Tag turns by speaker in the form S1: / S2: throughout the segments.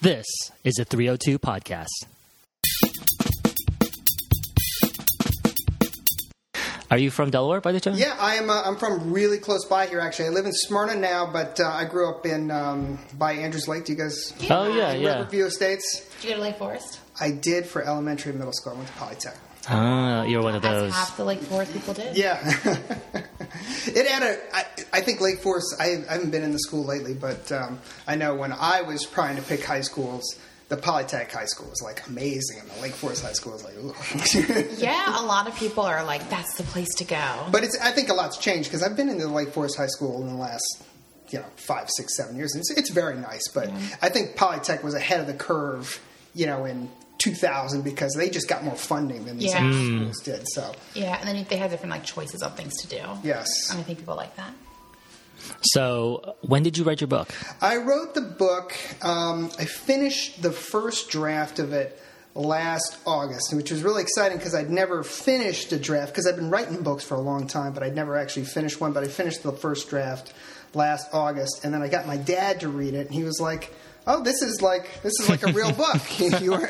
S1: This is a 302 podcast. Are you from Delaware by the chance?
S2: Yeah, I am. Uh, I'm from really close by here. Actually, I live in Smyrna now, but uh, I grew up in um, by Andrews Lake. Do you guys?
S1: Oh, yeah, yeah.
S2: Riverview Estates.
S3: Did you go to Lake Forest?
S2: I did for elementary and middle school. I went to Polytech.
S1: Ah, you're one of
S3: As
S1: those.
S3: half the Lake Forest people did.
S2: Yeah. it had a. I, I think Lake Forest. I, I haven't been in the school lately, but um, I know when I was trying to pick high schools, the Polytech high school was like amazing, and the Lake Forest high school was like. Ooh.
S3: Yeah, a lot of people are like, that's the place to go.
S2: But it's, I think a lot's changed because I've been into the Lake Forest High School in the last, you know, five, six, seven years, and it's, it's very nice. But I think Polytech was ahead of the curve, you know, in 2000 because they just got more funding than these
S3: Yeah.
S2: other schools did. So
S3: Yeah, and then they had different like choices of things to do.
S2: yes,
S3: And I think people like that.
S1: So, when did you write your book?
S2: I wrote the book. Um, I finished the first draft of it last August, which was really exciting because I'd never finished a draft because I've been writing books for a long time, but I'd never actually finished one. But I finished the first draft last August, and then I got my dad to read it, and he was like, "Oh, this is like this is like a real book." you were,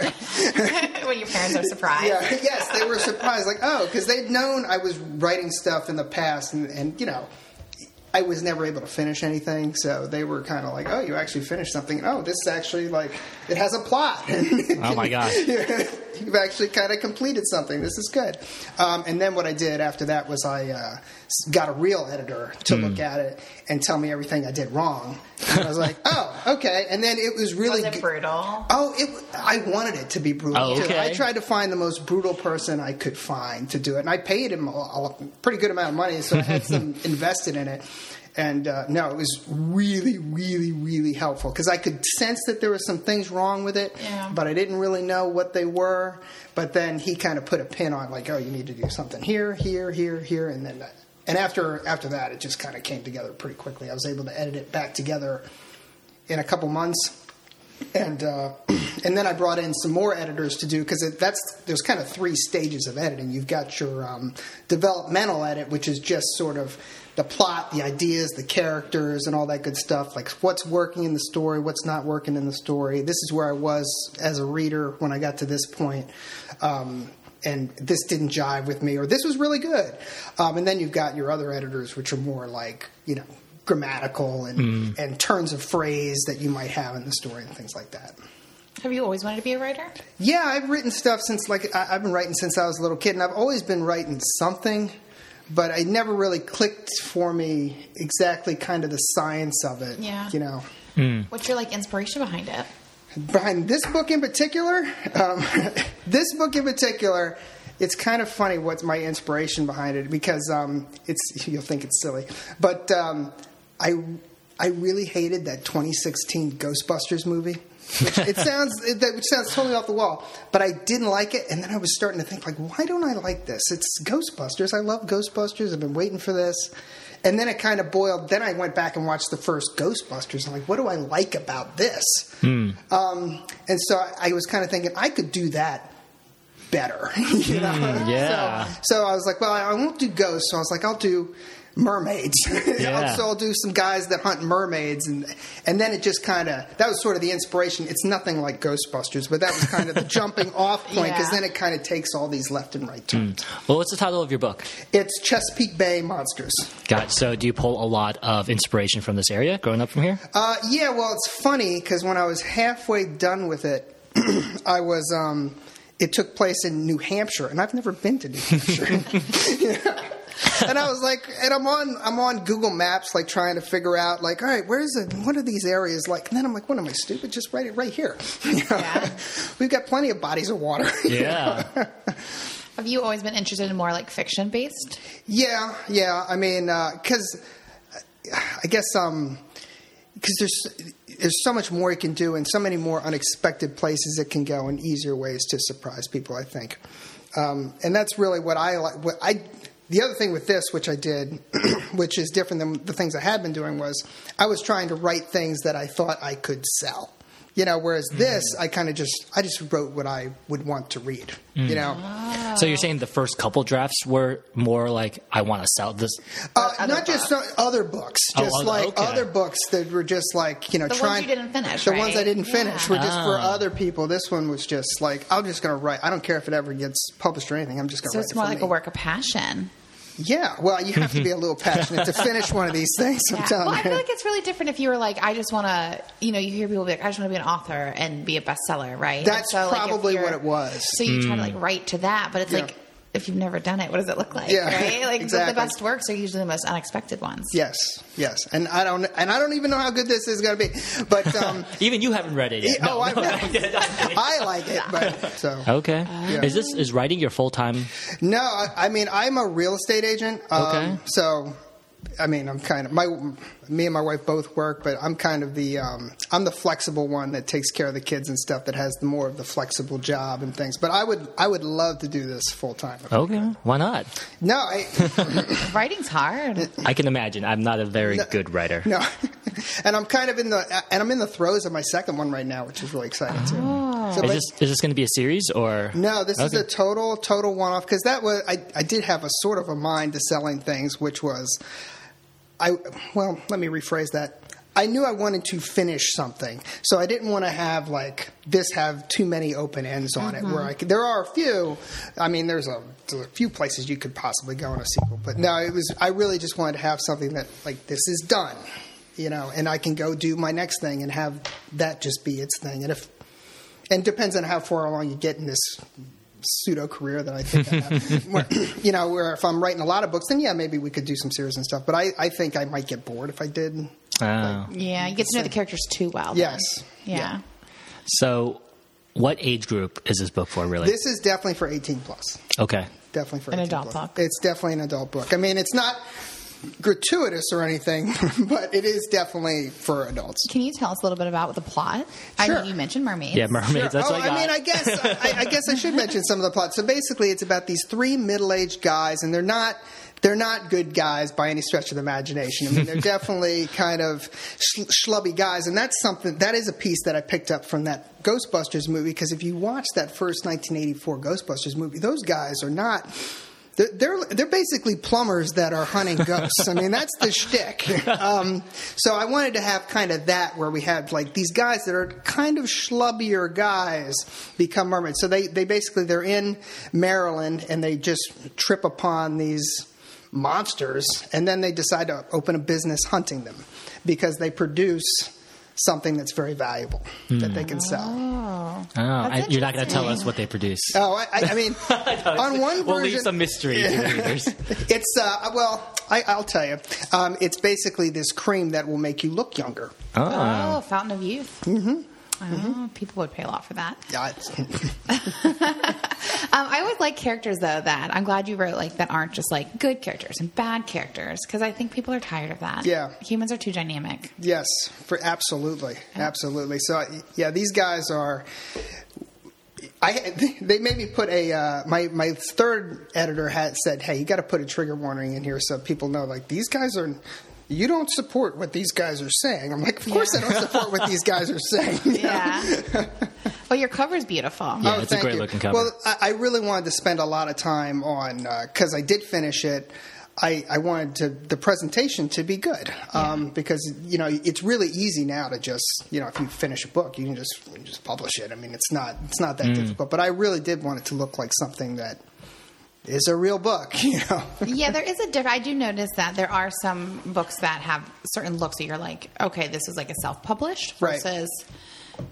S3: when your parents are surprised.
S2: yeah, yes, they were surprised, like, oh, because they'd known I was writing stuff in the past, and, and you know, I was never able to finish anything, so they were kind of like, oh, you actually finished something, and oh, this is actually like it has a plot.
S1: Oh my gosh.
S2: You've actually kind of completed something. This is good. Um, and then what I did after that was I uh, s- got a real editor to look
S1: Hmm.
S2: at it and tell me everything I did wrong. And I was like, oh, okay. And then it was really
S3: Was it
S2: g-
S3: brutal?
S2: Oh, it, I wanted it to be brutal.
S1: Oh,
S2: too.
S1: okay.
S2: I tried to find the most brutal person I could find to do it, and I paid him a, a pretty good amount of money, so I had some invested in it. And uh, no, it was really, really, really helpful because I could sense that there were some things wrong with it,
S3: Yeah.
S2: but I didn't really know what they were. But then he kind of put a pin on, like, oh, you need to do something here, here, here, here, and then. That. And after after that, it just kind of came together pretty quickly. I was able to edit it back together in a couple months, and uh, and then I brought in some more editors to do because that's there's kind of three stages of editing. You've got your um, developmental edit, which is just sort of the plot, the ideas, the characters, and all that good stuff. Like what's working in the story, what's not working in the story. This is where I was as a reader when I got to this point. Um, and this didn't jive with me, or this was really good. Um, and then you've got your other editors, which are more like, you know, grammatical and, and turns of phrase that you might have in the story and things like that.
S3: Have you always wanted to be a writer?
S2: Yeah, I've written stuff since like I, I've been writing since I was a little kid, and I've always been writing something, but it never really clicked for me exactly kind of the science of it.
S3: Yeah.
S2: you know.
S1: Hmm.
S3: What's your like inspiration behind it?
S2: behind this book in particular, um, this book in particular, it's kind of funny what's my inspiration behind it because um, it's you'll think it's silly, but um, I I really hated that 2016 Ghostbusters movie. Which it sounds it, that which sounds totally off the wall, but I didn't like it, and then I was starting to think like, why don't I like this? It's Ghostbusters. I love Ghostbusters. I've been waiting for this. And then it kind of boiled. Then I went back and watched the first Ghostbusters. I'm like, what do I like about this? Um, and so I, I was kind of thinking I could do that better. you know?
S1: yeah.
S2: Uh, So, so I was like, well, I won't do ghosts. So I was like, I'll do mermaids.
S1: Yeah.
S2: so I'll do some guys that hunt mermaids, and and then it just kind of that was sort of the inspiration. It's nothing like Ghostbusters, but that was kind of the jumping off point because
S3: Yeah.
S2: then it kind of takes all these left and right turns.
S1: Well, what's the title of your book?
S2: It's Chesapeake Bay monsters.
S1: Got so do you pull a lot of inspiration from this area growing up from here?
S2: Uh, yeah, well, it's funny because when I was halfway done with it, I was. Um, it took place in New Hampshire, and I've never been to New Hampshire. and I was like, and I'm on, I'm on Google Maps, like trying to figure out, like, all right, where's the, what are these areas like? And then I'm like, what am I stupid? Just write it right here.
S3: Yeah.
S2: We've got plenty of bodies of water.
S1: Yeah.
S3: Have you always been interested in more like fiction based?
S2: Yeah, yeah. I mean, because I guess um 'cause there's there's so much more you can do, and so many more unexpected places it can go, and easier ways to surprise people. I think, um, and that's really what I like. What I the other thing with this, which I did, which is different than the things I had been doing, was I was trying to write things that I thought I could sell. You You know, whereas this, I kind of just I just wrote what I would want to read. You know,
S1: So you're saying the first couple drafts were more like I want to sell this.
S2: uh, not just uh, other books,
S1: Oh,
S2: just
S1: other-
S2: like
S1: okay.
S2: other books that were just like you know
S3: The ones
S2: trying
S3: you didn't finish,
S2: The ones I
S3: right?
S2: didn't
S3: Yeah.
S2: finish were just for
S1: Ah.
S2: other people. This one was just like I'm just going to write. I don't care if it ever gets published or anything. I'm just going to.
S3: So it's more like a work of passion.
S2: Yeah, well, you have to be a little passionate to finish one of these things. I'm
S3: Yeah.
S2: telling
S3: Well, I
S2: you.
S3: feel like it's really different if you were like, I just want to, you know, you hear people be like, I just want to be an author and be a bestseller, right? And
S2: That's
S3: so, like, if
S2: probably
S3: you're-
S2: what it was.
S3: So you try to like write to that, but it's
S2: Mm. Yeah.
S3: like if you've never done it, what does it look like?
S2: Yeah,
S3: right? Like the-
S2: exactly.
S3: the best works are usually the most unexpected ones.
S2: Yes, yes, and I don't, and I don't even know how good this is going to be, but um,
S1: Even you haven't read it yet.
S2: Yeah, oh, I read it. I like it. But so
S1: Okay. Is this is writing your full time?
S2: no, I, I mean I'm a real estate agent. Um,
S1: Okay.
S2: So, I mean I'm kind of my me and my wife both work, but I'm kind of the um, I'm the flexible one that takes care of the kids and stuff that has the more of the flexible job and things. But I would I would love to do this full time.
S1: Okay. Why not?
S2: No, I
S3: Writing's hard.
S1: I can imagine. I'm not a very good writer.
S2: no, and I'm kind of in the and I'm in the throes of my second one right now, which is really exciting too. So,
S1: Is
S2: but-
S1: this is this going to be a series or
S2: No, this is
S1: Okay.
S2: a total total one off because that was I, I did have a sort of a mind to selling things, which was I well let me rephrase that. I knew I wanted to finish something, so I didn't want to have like this have too many open ends on it. Where I could, there are a few. I mean, there's a, there's a few places you could possibly go in a sequel, but no, it was I really just wanted to have something that like this is done, you know, and I can go do my next thing and have that just be its thing. And if and depends on how far along you get in this pseudo career that I think I have. Where- you know, where if I'm writing a lot of books, then yeah, maybe we could do some series and stuff. But I, I think I might get bored if I did.
S1: Oh.
S3: Yeah, you get to know the characters too well. then.
S2: Yes.
S3: Yeah.
S1: So, what age group is this book for, really?
S2: This is definitely for 18 plus.
S1: okay.
S2: Definitely for
S3: An
S2: 18
S3: adult
S2: plus.
S3: book.
S2: It's definitely an adult book. I mean, it's not gratuitous or anything, but it is definitely for adults.
S3: Can you tell us a little bit about the plot? I
S2: Sure.
S3: know you mentioned mermaids.
S1: Yeah, mermaids. That's
S2: oh,
S1: what I got.
S2: mean, I guess I, I guess I should mention some of the plot. So basically, it's about these three middle-aged guys, and they're not they're not good guys by any stretch of the imagination. I mean, they're definitely kind of sh- schlubby guys, and that's something that is a piece that I picked up from that Ghostbusters movie. Because if you watch that first 1984 Ghostbusters movie, those guys are not. They're, they're they're basically plumbers that are hunting ghosts. I mean, that's the shtick. Um, so I wanted to have kind of that where we had like these guys that are kind of schlubbier guys become mermaids. So they they basically they're in Maryland and they just trip upon these monsters and then they decide to open a business hunting them because they produce something that's very valuable that they
S1: Hmm.
S2: can sell.
S1: oh, I,
S3: That's
S1: you're not going to tell
S3: interesting.
S1: us what they produce.
S2: Oh, I, I I mean, on one
S1: we'll
S2: version,
S1: leave some mystery to the readers.
S2: it's uh, well, I, I'll tell you. Um, it's basically this cream that will make you look younger.
S1: Oh.
S3: Oh, Fountain of Youth. Mm-hmm. Oh, people would pay a lot for that.
S2: Yeah, I-
S3: Um, I always like characters though. That I'm glad you wrote like that aren't just like good characters and bad characters because I think people are tired of that.
S2: Yeah.
S3: humans are too dynamic.
S2: yes, for absolutely, absolutely. So yeah, these guys are. I they made me put a uh, my my third editor had said, hey, you got to put a trigger warning in here so people know like these guys are. You don't support what these guys are saying. I'm like, of course I don't support what these guys are saying. you know?
S3: Yeah. well, your cover's beautiful.
S1: Yeah. it's a
S2: Oh, thank
S1: great
S2: you.
S1: looking cover.
S2: Well, I, I really wanted to spend a lot of time on because I did finish it. I, I wanted to, the presentation to be good um, because you know it's really easy now to just you know if you finish a book you can just you can just publish it. I mean it's not it's not that
S1: Mm.
S2: difficult, but I really did want it to look like something that is a real book. You know,
S3: yeah, there is a difference. I do notice that there are some books that have certain looks that you're like, okay, this is like a self-published
S2: Right.
S3: versus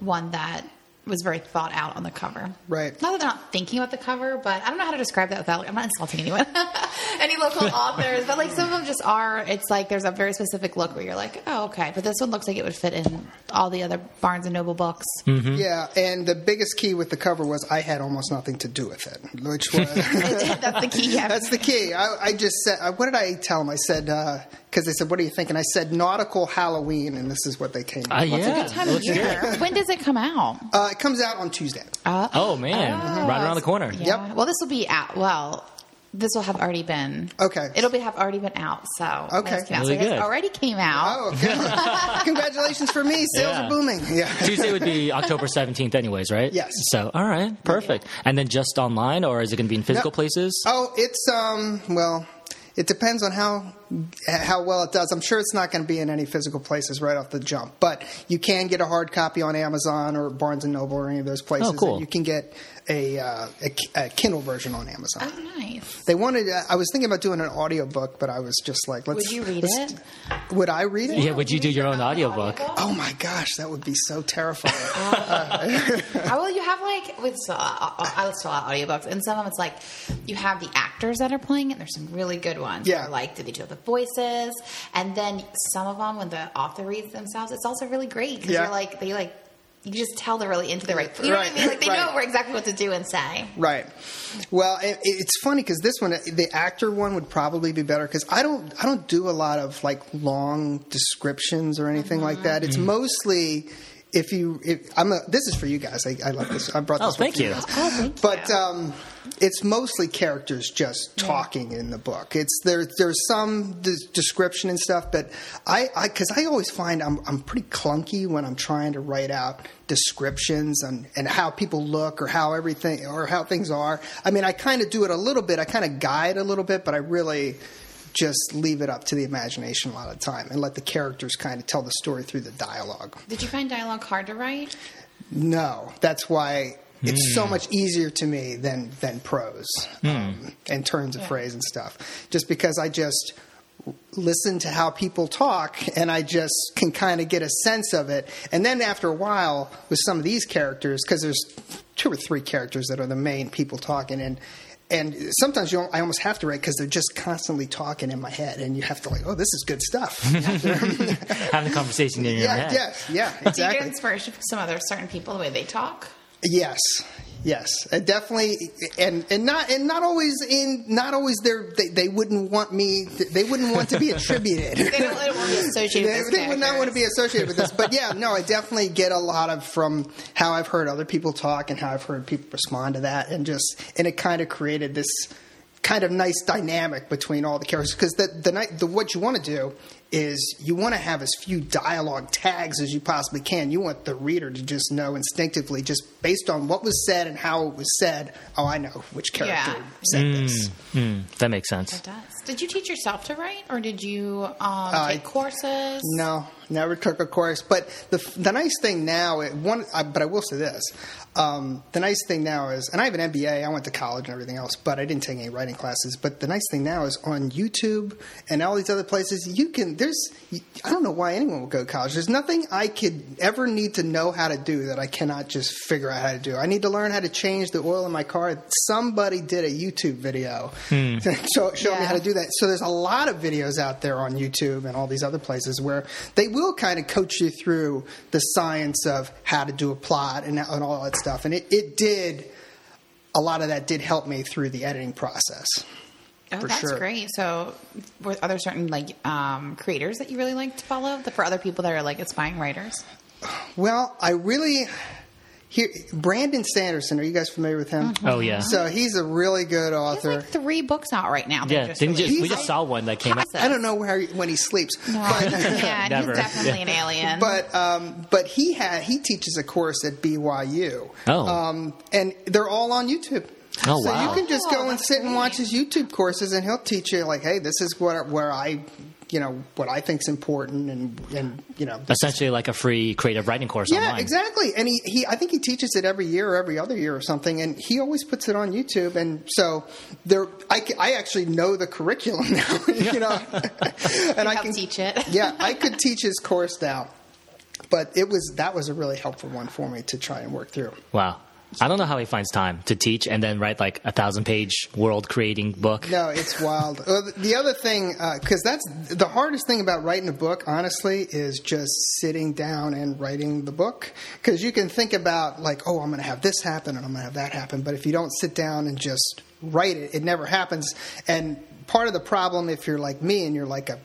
S3: one that was very thought out on the cover.
S2: Right.
S3: Not that they're not thinking about the cover, but I don't know how to describe that without. I'm not insulting anyone, any local authors, but like some of them just are. It's like there's a very specific look where you're like, oh, okay, but this one looks like it would fit in all the other Barnes and Noble books.
S1: Mm-hmm.
S2: yeah. And the biggest key with the cover was I had almost nothing to do with it, which was.
S3: That's the key. Yeah.
S2: That's the key. I, I just said, I- what did I tell them? I said, because they said, what do you think? And I said, nautical Halloween, and this is what they came
S1: Ah,
S2: up with.
S1: yeah.
S3: time of
S1: Looks
S3: year. When does it come out?
S2: Uh, it comes out on Tuesday.
S3: Ah.
S1: Oh, man. Right around the corner.
S3: Yeah. Well, this will be out. Well, this will have already been
S2: Okay.
S3: It'll be have already been out. So when
S2: Okay.
S3: this came out.
S1: Really
S3: so this
S1: good.
S3: already came out.
S2: Oh, okay. congratulations for me. Sales
S1: Yeah.
S2: are booming. Yeah.
S1: Tuesday would be October 17th, anyways, right?
S2: Yes.
S1: So, all right, perfect. And then just online, or is it going to be in physical
S2: No.
S1: places?
S2: Oh, it's um. Well, it depends on how how well it does. I'm sure it's not going to be in any physical places right off the jump, but you can get a hard copy on Amazon or Barnes and Noble or any of those places.
S1: Oh, cool.
S2: and you can get a, uh, a K- a Kindle version on Amazon.
S3: Oh, nice.
S2: They wanted. uh, I was thinking about doing an audiobook, but I was just like, let's.
S3: Would you read
S2: let's-
S3: it?
S2: Would I read it?
S1: yeah, would you do your own audiobook?
S2: Oh my gosh, that would be so terrifying.
S3: Uh. Oh, well, you have like with so, I I listen to a lot of audiobooks, and some of them it's like you have the actors that are playing it. There's some really good ones.
S2: Yeah.
S3: like did they do the voices? And then some of them, when the author reads themselves, it's also really great because
S2: Yeah.
S3: you're like they like you just tell they're really into the right. You know what
S2: Right,
S3: I mean? Like they
S2: right.
S3: know exactly what to do and say.
S2: Right. Well, it, it's funny because this one, uh, the actor one, would probably be better because I don't, I don't do a lot of like long descriptions or anything like that.
S1: Mm-hmm.
S2: It's mostly if you, if, I'm a, this is for you guys. I, I love this. I brought
S1: Oh,
S2: this. one
S1: thank
S2: for
S1: you.
S2: guys.
S3: Oh, thank
S2: But
S3: you.
S2: um, it's mostly characters just talking in the book. It's there. There's some des- description and stuff, but I because I, always find I'm I'm pretty clunky when I'm trying to write out descriptions and and how people look or how everything or how things are. I mean, I kind of do it a little bit. I kind of guide a little bit, but I really just leave it up to the imagination a lot of the time and let the characters kind of tell the story through the dialogue.
S3: Did you find dialogue hard to write?
S2: No, that's why it's so much easier to me than than prose um, and turns of phrase and stuff. Just because I just listen to how people talk and I just can kind of get a sense of it. And then after a while, with some of these characters, because there's two or three characters that are the main people talking and. And sometimes you, al- I almost have to write because they're just constantly talking in my head, and you have to like, oh, this is good stuff.
S1: Having a conversation in your
S2: yeah,
S1: head.
S2: yeah, yeah,
S3: Do you
S2: exactly.
S3: get inspiration from some other certain people the way they talk?
S2: Yes. Yes, and definitely, and and not and not always in not always their they, they wouldn't want me they wouldn't want to be attributed.
S3: They don't, they don't want to be associated
S2: they,
S3: with
S2: they would not want to be associated with this, but yeah, no, I definitely get a lot of from how I've heard other people talk and how I've heard people respond to that, and just and it kind of created this kind of nice dynamic between all the characters because the the night the what you want to do is you want to have as few dialogue tags as you possibly can. You want the reader to just know instinctively, just based on what was said and how it was said. Oh, I know which character
S3: Yeah.
S2: said this.
S1: Mm, that makes sense.
S3: Does. Did you teach yourself to write, or did you um, take courses?
S2: Uh, No, never took a course. But the the nice thing now, it, one. I, but I will say this: um, the nice thing now is, and I have an MBA. I went to college and everything else, but I didn't take any writing classes. But the nice thing now is on YouTube and all these other places, you can. There's. I don't know why anyone would go to college. There's nothing I could ever need to know how to do that I cannot just figure out how to do. I need to learn how to change the oil in my car. Somebody did a YouTube video to show, show me
S3: Yeah.
S2: how to do that. So there's a lot of videos out there on YouTube and all these other places where they will kind of coach you through the science of how to do a plot and, and all that stuff. And it, it did a lot of that did help me through the editing process.
S3: Oh,
S2: for
S3: that's
S2: sure.
S3: great. So, were, are there certain like um, creators that you really like to follow the, for other people that are like aspiring writers?
S2: Well, I really here Brandon Sanderson. Are you guys familiar with him?
S1: Oh, yeah.
S2: So he's a really good
S3: There's
S2: author.
S3: like three books out right now. that
S1: Yeah,
S3: just
S1: didn't
S3: released.
S1: just, we just saw one that came out.
S2: I don't know where when he sleeps, but
S3: yeah, and
S1: Never.
S3: he's definitely an alien.
S2: but um, but he had he teaches a course at BYU.
S1: Oh.
S2: um, and they're all on YouTube.
S1: Oh,
S2: so
S1: wow.
S2: you can just
S3: Oh,
S2: go and
S3: that's
S2: sit and
S3: great.
S2: watch his YouTube courses, and he'll teach you like, hey, this is what where I, you know, what I think's important, and and you know, this is-
S1: Essentially, like a free creative writing course
S2: yeah,
S1: online.
S2: exactly. And he, he, I think he teaches it every year or every other year or something, and he always puts it on YouTube. And so there, I, c- I actually know the curriculum now, you know, and I
S3: help
S2: can
S3: teach it.
S2: yeah, I could teach his course now. But it was that was a really helpful one for me to try and work through.
S1: Wow. I don't know how he finds time to teach and then write like a thousand page world creating book.
S2: No, it's wild. Uh, the other thing, because that's the hardest thing about writing a book, honestly, is just sitting down and writing the book. Because you can think about, like, oh, I'm going to have this happen and I'm going to have that happen. But if you don't sit down and just write it, it never happens. And part of the problem, if you're like me and you're like a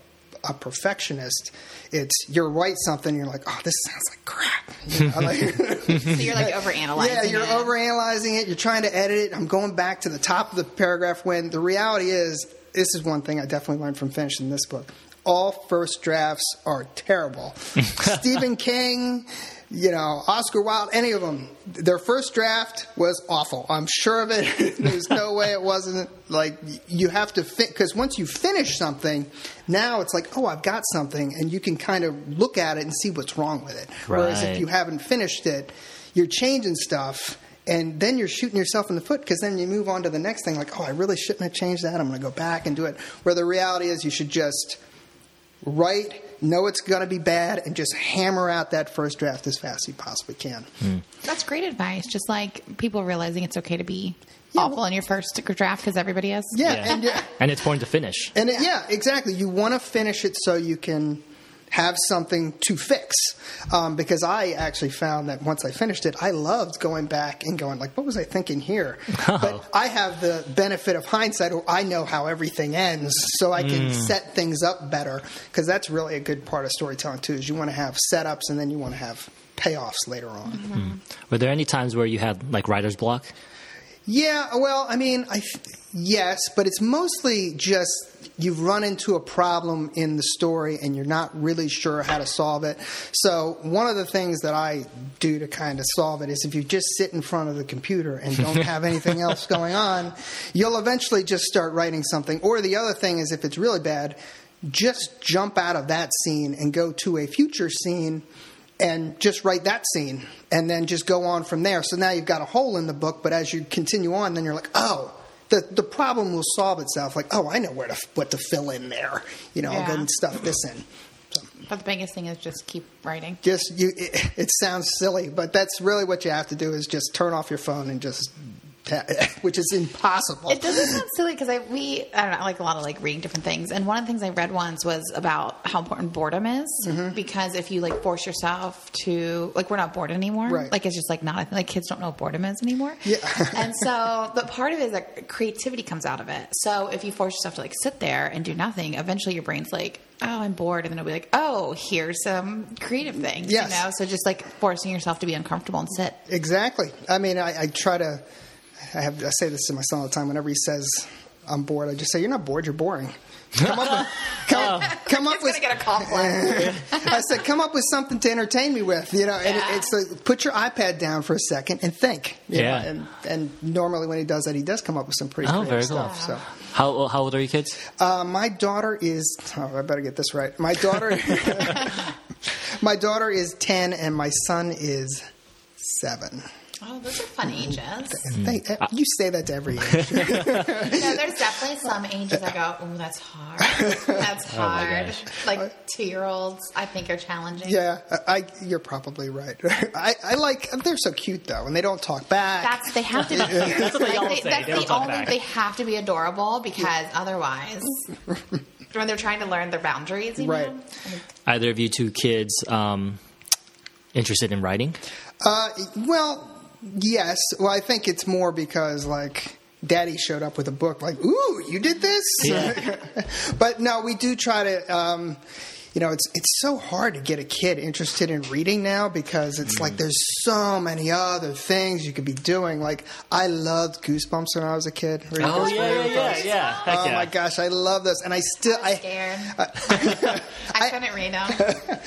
S2: a perfectionist, it's you're write something, you're like, oh, this sounds like crap. You know, like-
S3: So you're like overanalyzing.
S2: yeah, you're
S3: it.
S2: overanalyzing it. You're trying to edit it. I'm going back to the top of the paragraph when the reality is this is one thing I definitely learned from finishing this book. All first drafts are terrible. Stephen King, you know, Oscar Wilde, any of them, their first draft was awful. I'm sure of it. There's no way it wasn't. Like, you have to fit, because once you finish something, now it's like, oh, I've got something, and you can kind of look at it and see what's wrong with it. Whereas if
S1: Right.
S2: you haven't finished it, you're changing stuff, and then you're shooting yourself in the foot because then you move on to the next thing. Like, oh, I really shouldn't have changed that. I'm going to go back and do it. Where the reality is, you should just write, know it's going to be bad, and just hammer out that first draft as fast as you possibly can.
S3: That's great advice. Just like people realizing it's okay to be
S2: Yeah,
S3: awful
S2: well-
S3: in your first draft because everybody is.
S2: Yeah,
S1: Yeah.
S2: and yeah,
S1: and it's important to finish.
S2: and it, yeah, exactly. You want to finish it so you can. Have something to fix um, because I actually found that once I finished it, I loved going back and going like, "What was I thinking here?" But I have the benefit of hindsight, or I know how everything ends, so I can set things up better. Because that's really a good part of storytelling too. Is you want to have setups, and then you want to have payoffs later on.
S1: Were there any times where you had like writer's block?
S2: Yeah, well, I mean, I th- yes, but it's mostly just you've run into a problem in the story and you're not really sure how to solve it. So, one of the things that I do to kind of solve it is if you just sit in front of the computer and don't have anything else going on, you'll eventually just start writing something. Or the other thing is if it's really bad, just jump out of that scene and go to a future scene and just write that scene and then just go on from there. So now you've got a hole in the book, but as you continue on, then you're like, oh, the, the problem will solve itself. Like, oh, I know where to f- what to fill in there. You know, I'll go
S3: Yeah.
S2: and stuff this in.
S3: But the biggest thing is just keep writing.
S2: Just you, it, it sounds silly, but that's really what you have to do is just turn off your phone and just, ta- which is impossible.
S3: It doesn't sound silly because I we I don't know I like a lot of like reading different things and one of the things I read once was about how important boredom is
S2: Mm-hmm.
S3: because if you like force yourself to like we're not bored anymore
S2: Right.
S3: like it's just like not a thing. like kids don't know what boredom is anymore
S2: Yeah.
S3: and so but part of it is that creativity comes out of it so if you force yourself to like sit there and do nothing eventually your brain's like oh I'm bored and then it'll be like oh here's some creative things
S2: Yes.
S3: you know so just like forcing yourself to be uncomfortable and sit
S2: Exactly. I mean, I, I try to. I have. I say this to my son all the time. Whenever he says I'm bored, I just say, "You're not bored. You're boring." Come up with. Come, come up
S3: it's
S2: with.
S3: gonna get a complex
S2: I said, "Come up with something to entertain me with." You know, and
S3: Yeah.
S2: it's like put your iPad down for a second and think. you know,
S1: Yeah.
S2: and and normally when he does that, he does come up with some pretty
S1: Oh,
S2: creative
S1: very cool.
S2: stuff. So.
S1: How how old are your kids?
S2: Uh, my daughter is. Oh, I better get this right. My daughter. my daughter is ten, and my son is seven.
S3: oh those are fun ages.
S1: Hmm.
S2: Thank, you say that to every age.
S3: No, there's definitely some ages I go, oh, that's hard. That's
S1: Oh my
S3: hard.
S1: gosh.
S3: like two year olds, I think are challenging.
S2: Yeah, I, I- you're probably right. I, I like they're so cute though, and they don't talk back.
S3: That's they have to be cute. that's
S1: what they all say.
S3: that's
S1: They don't
S3: the
S1: talk
S3: only
S1: back.
S3: they have to be adorable because otherwise when they're trying to learn their boundaries, you
S2: Right.
S3: know?
S1: Either of you two kids um, interested in writing?
S2: uh, well, yes. Well, I think it's more because like Daddy showed up with a book, like, "Ooh, you did this."
S1: Yeah.
S2: but no, we do try to. Um, you know, it's it's so hard to get a kid interested in reading now because it's
S1: Mm.
S2: like there's so many other things you could be doing. Like I loved Goosebumps when I was a kid. reading Goosebumps.
S1: Oh, yeah. Heck
S2: Oh
S1: yeah.
S2: my gosh, I love this, and I still I
S3: Scared. I couldn't read them.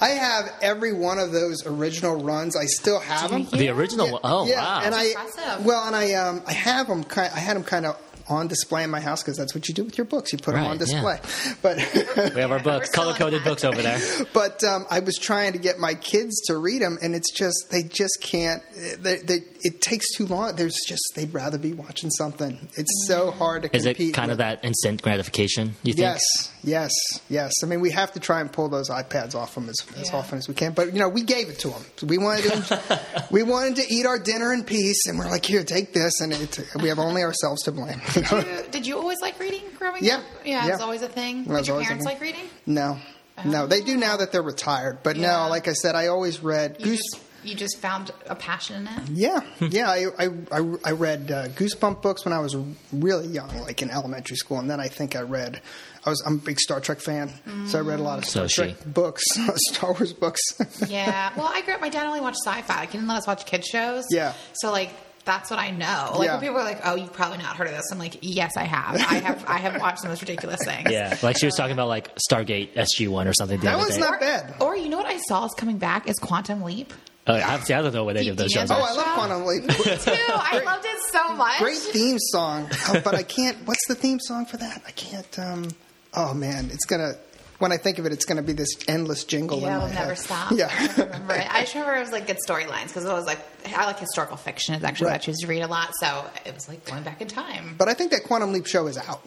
S2: I have every one of those original runs. I still have them.
S1: The original one. Oh
S2: yeah,
S1: wow.
S2: and I
S3: impressive.
S2: well, and I um, I have them. Kind, I had them kind of on display in my house because that's what you do with your books. You put them
S1: Right,
S2: on
S1: yeah.
S2: display. But
S1: we have our
S3: Yeah, we're
S1: books,
S3: still in
S1: color coded
S3: that.
S1: books over there.
S2: but um, I was trying to get my kids to read them, and it's just they just can't. They, they, it takes too long. There's just they'd rather be watching something. It's so hard to
S1: Is it
S2: compete.
S1: kind
S2: with-
S1: of that instant gratification? You think?
S2: Yes, yes, yes. I mean, we have to try and pull those iPads off them as, as
S3: Yeah.
S2: often as we can. But you know, we gave it to them. We wanted to, we wanted to eat our dinner in peace, and we're like, here, take this, and it, we have only ourselves to blame.
S3: Did you- Did you always like reading growing
S2: Yeah.
S3: up? Yeah, it was
S2: Yeah.
S3: always a thing.
S2: That was
S3: Did your
S2: always a
S3: parents
S2: thing.
S3: like reading?
S2: no, no, they do now that they're retired. But
S3: Uh-huh. Yeah.
S2: no, like I said, I always read
S3: You
S2: Goose.
S3: just you just found a passion in it.
S2: Yeah, yeah. I I, I, I read uh, Goosebump books when I was really young, like in elementary school, and then I think I read. I was I'm a big Star Trek fan, so I read a lot of
S1: So
S2: Star Trek
S1: she.
S2: books, Star Wars books.
S3: Mm. Yeah. well, I grew up. My dad only watched sci-fi. Like, he didn't let us watch kids shows.
S2: Yeah.
S3: So like. That's what I know. Like
S2: Yeah.
S3: when people are like, "Oh, you've probably not heard of this," I'm like, "Yes, I have. I have. I have watched the most ridiculous things."
S1: Yeah, like she was talking about like Stargate SG One or something. The
S2: That
S1: other
S2: one's
S1: day.
S2: not bad.
S3: Or you know what I saw is coming back is Quantum Leap.
S1: Oh, yeah, I see, I don't know what any
S3: Do-
S1: of those
S3: do you
S1: shows
S2: Oh,
S1: are.
S3: know-
S2: I love Quantum Leap.
S3: Dude, I loved it so much.
S2: Great theme song, uh, but I can't. What's the theme song for that? I can't. Um, oh man, it's gonna. When I think of it, it's gonna be this endless jingle. in
S3: Yeah,
S2: my
S3: it'll never
S2: head.
S3: stop. I don't
S2: Yeah.
S3: remember it. I just remember it was like good storylines because it was like I like historical fiction is actually what I
S2: Right.
S3: choose to read a lot. So it was like going back in time.
S2: But I think that Quantum Leap show is out.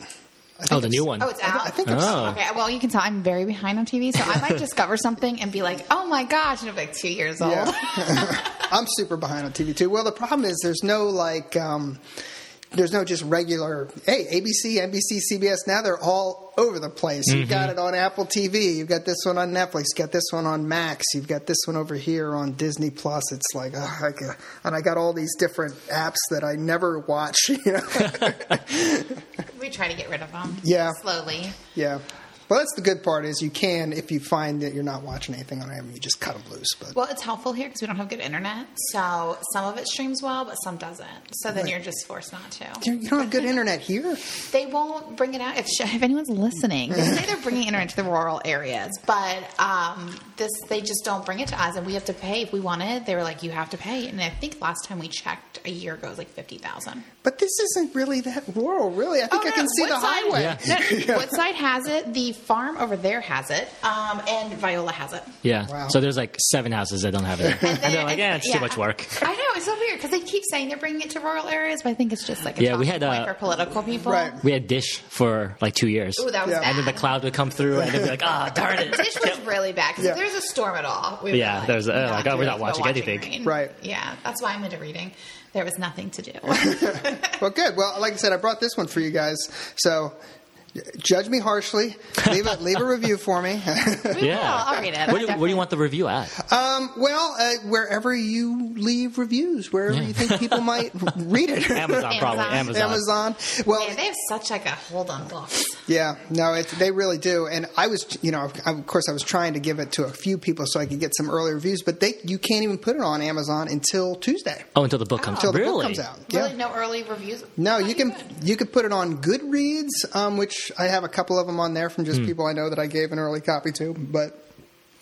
S2: I think
S1: Oh, the
S2: it's-
S1: new one.
S3: Oh, it's out.
S2: I think
S1: it's- Oh.
S3: okay. Well, you can tell I'm very behind on TV, so I might discover something and be like, "Oh my gosh!" and it'll be like two years old.
S2: Yeah. I'm super behind on TV too. Well, the problem is there's no like, um, there's no just regular. Hey, ABC, NBC, CBS. Now they're all over the place. You've got it on Apple TV. You've got this one on Netflix. You've got this one on Max. You've got this one over here on Disney Plus. It's like, oh, I ca- and I got all these different apps that I never watch. You know?
S3: We try to get rid of them.
S2: Yeah.
S3: slowly.
S2: yeah. Well, that's the good part is you can if you find that you're not watching anything on Amazon, you just cut them loose. But
S3: Well, it's helpful here because we don't have good internet, so some of it streams well, but some doesn't. So then you're just forced not to.
S2: you don't have good internet here.
S3: They won't bring it out if, if anyone's listening. They say they're bringing internet to the rural areas, but um, this they just don't bring it to us, and we have to pay if we want it. They were like, "You have to pay," and I think last time we checked a year ago it was like fifty thousand.
S2: But this isn't really that rural, really. I think
S3: Oh,
S2: I can see the highway.
S3: Woodside has it. The farm over there has it, um, and Viola has it.
S1: Yeah.
S2: Wow.
S1: So there's like seven houses that don't have it, and
S3: There-
S1: they're like, yeah, it's too much work.
S3: I know it's so weird because they keep saying they're bringing it to rural areas, but I think it's just like a
S1: Yeah, we
S3: talking
S1: had,
S3: point
S1: uh,
S3: for political people.
S2: Right.
S1: We had Dish for like two years.
S3: Ooh, that was
S2: Yeah.
S3: bad.
S2: And
S1: and then the cloud would come through, and they'd be like, ah, darn it.
S3: Dish was really bad because
S2: Yeah.
S3: if there's a storm at all, we were
S1: Yeah,
S3: like,
S1: there's, uh,
S3: not
S1: like, oh, we're not
S3: doing-
S1: watching anything.
S3: rain.
S2: Right.
S3: Yeah, that's why I'm into reading. There was nothing to do.
S2: Well, good. Well, like I said, I brought this one for you guys. So judge me harshly. Leave a, leave a review for me.
S3: We
S1: Yeah.
S3: will. I'll read it.
S1: What do, you, what do you want the review at?
S2: um, well, uh, wherever you leave reviews, wherever you think people might read it.
S1: Amazon, probably. Amazon.
S2: Amazon. Well,
S3: Man, they have such like a hold on books.
S2: Yeah, no, it, they really do. And I was, you know, I, of course, I was trying to give it to a few people so I could get some early reviews, but they you can't even put it on Amazon until Tuesday,
S1: Oh, until the book comes
S2: until
S1: out.
S2: the
S1: Really?
S2: book comes out.
S3: Really,
S2: Yeah.
S3: no early reviews.
S2: No,
S3: Not
S2: you can
S3: even.
S2: you could put it on Goodreads, um, which I have a couple of them on there from just people I know that I gave an early copy to. But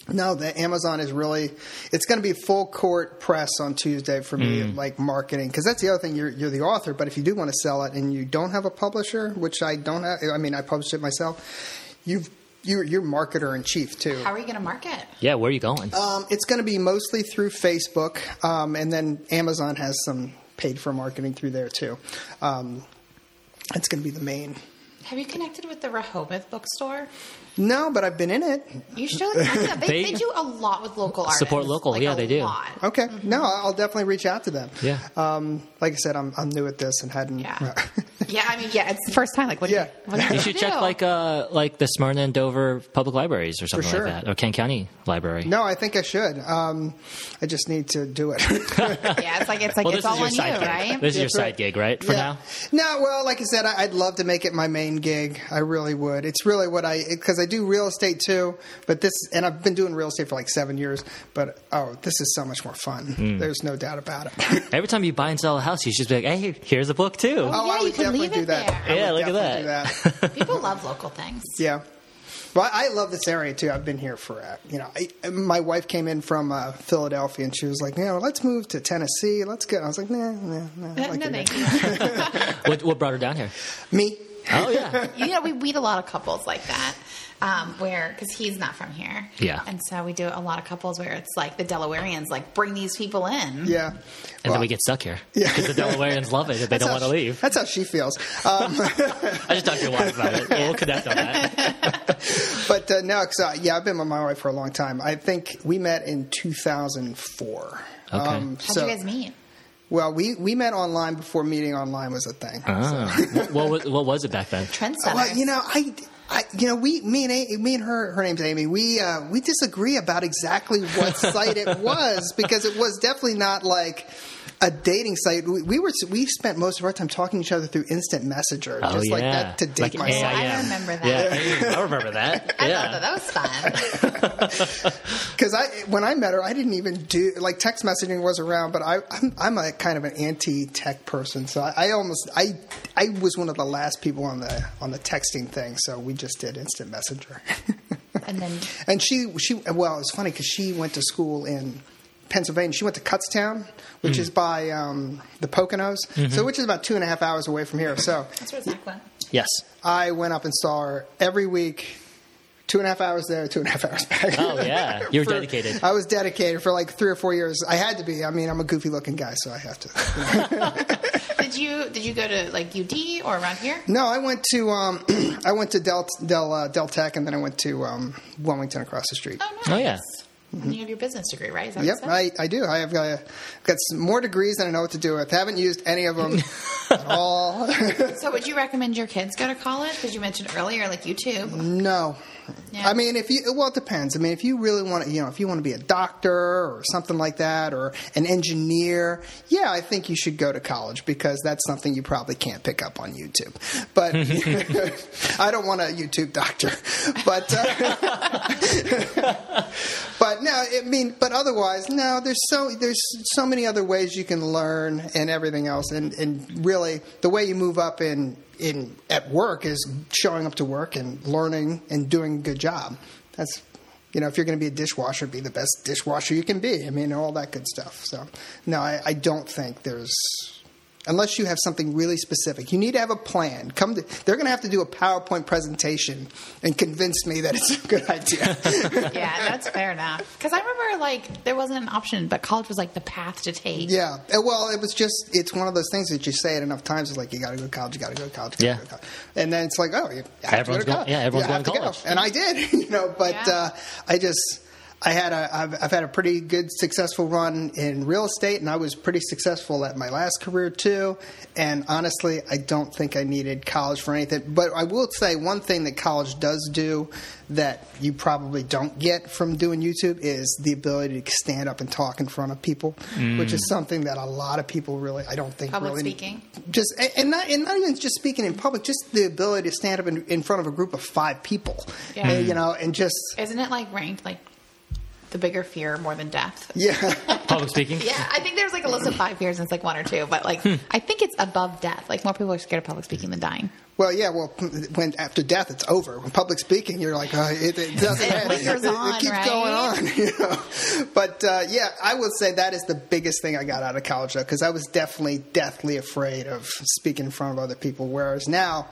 S2: no, the Amazon is really it's going to be full court press on Tuesday for me, like marketing, because that's the other thing. You're you're the author, but if you do want to sell it and you don't have a publisher, which I don't have, I mean, I published it myself. You've you're, you're marketer in chief too.
S3: How are you going to market?
S1: Yeah, where are you going?
S2: Um, it's going to be mostly through Facebook, um, and then Amazon has some paid for marketing through there too. Um, it's going to be the main.
S3: Have you connected with the Rehoboth bookstore?
S2: No, but I've been in it.
S3: You should. connect with them. They,
S1: They-
S3: they do a lot with local artists.
S1: Support local.
S3: Like,
S1: Yeah,
S3: a
S1: they do.
S3: lot.
S2: Okay, no, I'll definitely reach out to them.
S1: Yeah.
S2: Um, like I said, I'm I'm new at this and hadn't.
S3: Yeah. yeah, I mean, yeah, it's the first time. Like, what
S2: Yeah.
S3: do you, what do
S1: you should check
S3: do?
S1: like uh like the Smyrna and Dover public libraries or something
S2: sure.
S1: like that, or Kent County Library.
S2: No, I think I should. Um, I just need to do it.
S3: yeah, it's like it's like
S1: uh, Well,
S3: it's
S1: this is
S3: all
S1: your
S3: on you,
S1: side gig.
S3: right?
S1: This is your
S2: That's right.
S1: side gig, right? For
S2: Yeah.
S1: now.
S2: No, well, like I said, I, I'd love to make it my main gig. I really would. It's really what I because I do real estate too. But this, and I've been doing real estate for like seven years. But oh, this is so much more fun.
S1: Hmm.
S2: There's no doubt about it.
S1: Every time you buy and sell a house, you should be like, hey, here's a book too.
S2: Oh,
S3: Yeah,
S2: I
S3: you
S2: would
S3: can
S2: definitely
S3: leave
S2: do
S3: it
S2: that.
S3: there.
S2: I
S1: Yeah,
S2: would
S1: look at
S2: definitely do that.
S3: People love local things.
S2: yeah. Well, I love this area too. I've been here for, uh, you know, I, my wife came in from uh, Philadelphia and she was like, you know, let's move to Tennessee. Let's go. I was like, nah, nah, nah. I
S3: Uh, No,
S2: like it
S3: thank
S2: here."
S3: you.
S1: what, what brought her down here?
S2: Me?
S1: Oh yeah.
S3: you know, we meet a lot of couples like that, um, where because he's not from here,
S1: Yeah.
S3: and so we do a lot of couples where it's like the Delawareans like bring these people in.
S2: Yeah.
S1: And
S2: Well,
S1: then we get stuck here because the Delawareans love it. That they
S2: that's
S1: don't
S2: how
S1: want to
S2: she-
S1: leave.
S2: That's how she feels. Um,
S1: I just talked to your wife about it. We'll connect on that.
S2: But uh, no, 'cause, uh, yeah, I've been with my wife for a long time. I think we met in 2004.
S1: Okay.
S3: How'd you guys meet?
S2: Um, Well, we, we met online before meeting online was a thing.
S3: Uh-huh.
S1: Oh. what, what, was- what was it back then?
S3: Trendsetters.
S2: Well, you know, I I, you know, we, me and A- me and her, her name's Amy. We uh, we disagree about exactly what site it was because it was definitely not like a dating site. We, we were we spent most of our time talking to each other through instant messenger,
S1: Oh,
S2: just
S1: yeah.
S2: like that to date
S1: Like
S2: myself.
S1: AIM.
S3: I remember that.
S1: Yeah, I remember that.
S3: I
S1: yeah.
S3: thought that, that was fun.
S2: Because I, when I met her, I didn't even do like text messaging was around, but I, I'm, I'm a kind of an anti-tech person, so I, I almost I, I was one of the last people on the on the texting thing, so we just did instant messenger.
S3: and then
S2: and she, she, well, it's funny because she went to school in Pennsylvania. She went to Kutztown, which is by um, the Poconos, so which is about two and a half hours away from here. So
S3: that's where Zach went.
S1: Yes.
S2: I went up and saw her every week. Two and a half hours there, two and a half hours back.
S1: Oh, yeah. You were
S2: For-
S1: dedicated.
S2: I was dedicated for like three or four years. I had to be. I mean, I'm a goofy looking guy, so I have to.
S3: Did you did you go to like UD or around here?
S2: no, I went to um, I went to Del Del uh, Del Tech, and then I went to um, Wilmington across the street.
S3: Oh, nice.
S1: Oh, yeah.
S3: And you have your business degree, right? Is that
S2: Yep,
S3: what it
S2: I, I do. I have got, I've got some more degrees than I know what to do with. I haven't used any of them at all.
S3: said? So, would you recommend your kids go to college? Because you mentioned earlier, like YouTube.
S2: No.
S3: Yeah.
S2: I mean, if you well, it depends. I mean, if you really want to, you know, if you want to be a doctor or something like that, or an engineer, yeah, I think you should go to college because that's something you probably can't pick up on YouTube. But I don't want a YouTube doctor. But uh, but no, I mean, but otherwise, no. There's so there's so many other ways you can learn and everything else, and and really the way you move up in in at work is showing up to work and learning and doing a good job. That's you know, if you're going to be a dishwasher, be the best dishwasher you can be. I mean, all that good stuff. So no, I, I don't think there's. Unless you have something really specific, you need to have a plan. Come, to, they're going to have to do a PowerPoint presentation and convince me that it's a good idea.
S3: yeah, that's fair enough. Because I remember, like, there wasn't an option, but college was like the path to take.
S2: Yeah. Uh, Well, it was just it's one of those things that you say it enough times. It's like you got to go to college, you got to go to college, you
S1: Yeah.
S2: gotta Go to college. And then it's like, oh, you have
S1: Everyone's
S2: to go to
S1: going-
S2: college.
S1: yeah, everyone's
S2: You have
S1: going to
S2: go.
S1: college.
S2: And I did, you know. But
S3: Yeah.
S2: uh, I just I had a I've, I've had a pretty good successful run in real estate, and I was pretty successful at my last career too. And honestly, I don't think I needed college for anything. But I will say one thing that college does do that you probably don't get from doing YouTube is the ability to stand up and talk in front of people, which is something that a lot of people really I don't think
S3: Public
S2: really
S3: speaking.
S2: just and- and not and not even just speaking in public, just the ability to stand up in, in front of a group of five people,
S3: Yeah.
S2: And, you know, and just
S3: Isn't it like ranked like the bigger fear more than death?
S2: yeah,
S1: Public speaking.
S3: Yeah, I think there's like a list of five fears, and it's like one or two, but like
S1: Hmm.
S3: I think it's above death. Like more people are scared of public speaking than dying.
S2: well, yeah, well, when after death it's over. When public speaking, you're like, oh, it, it doesn't
S3: It
S2: end.
S3: lingers on,
S2: keeps
S3: right?
S2: going on, you know. But uh, yeah, I will say that is the biggest thing I got out of college though, because I was definitely deathly afraid of speaking in front of other people. Whereas now,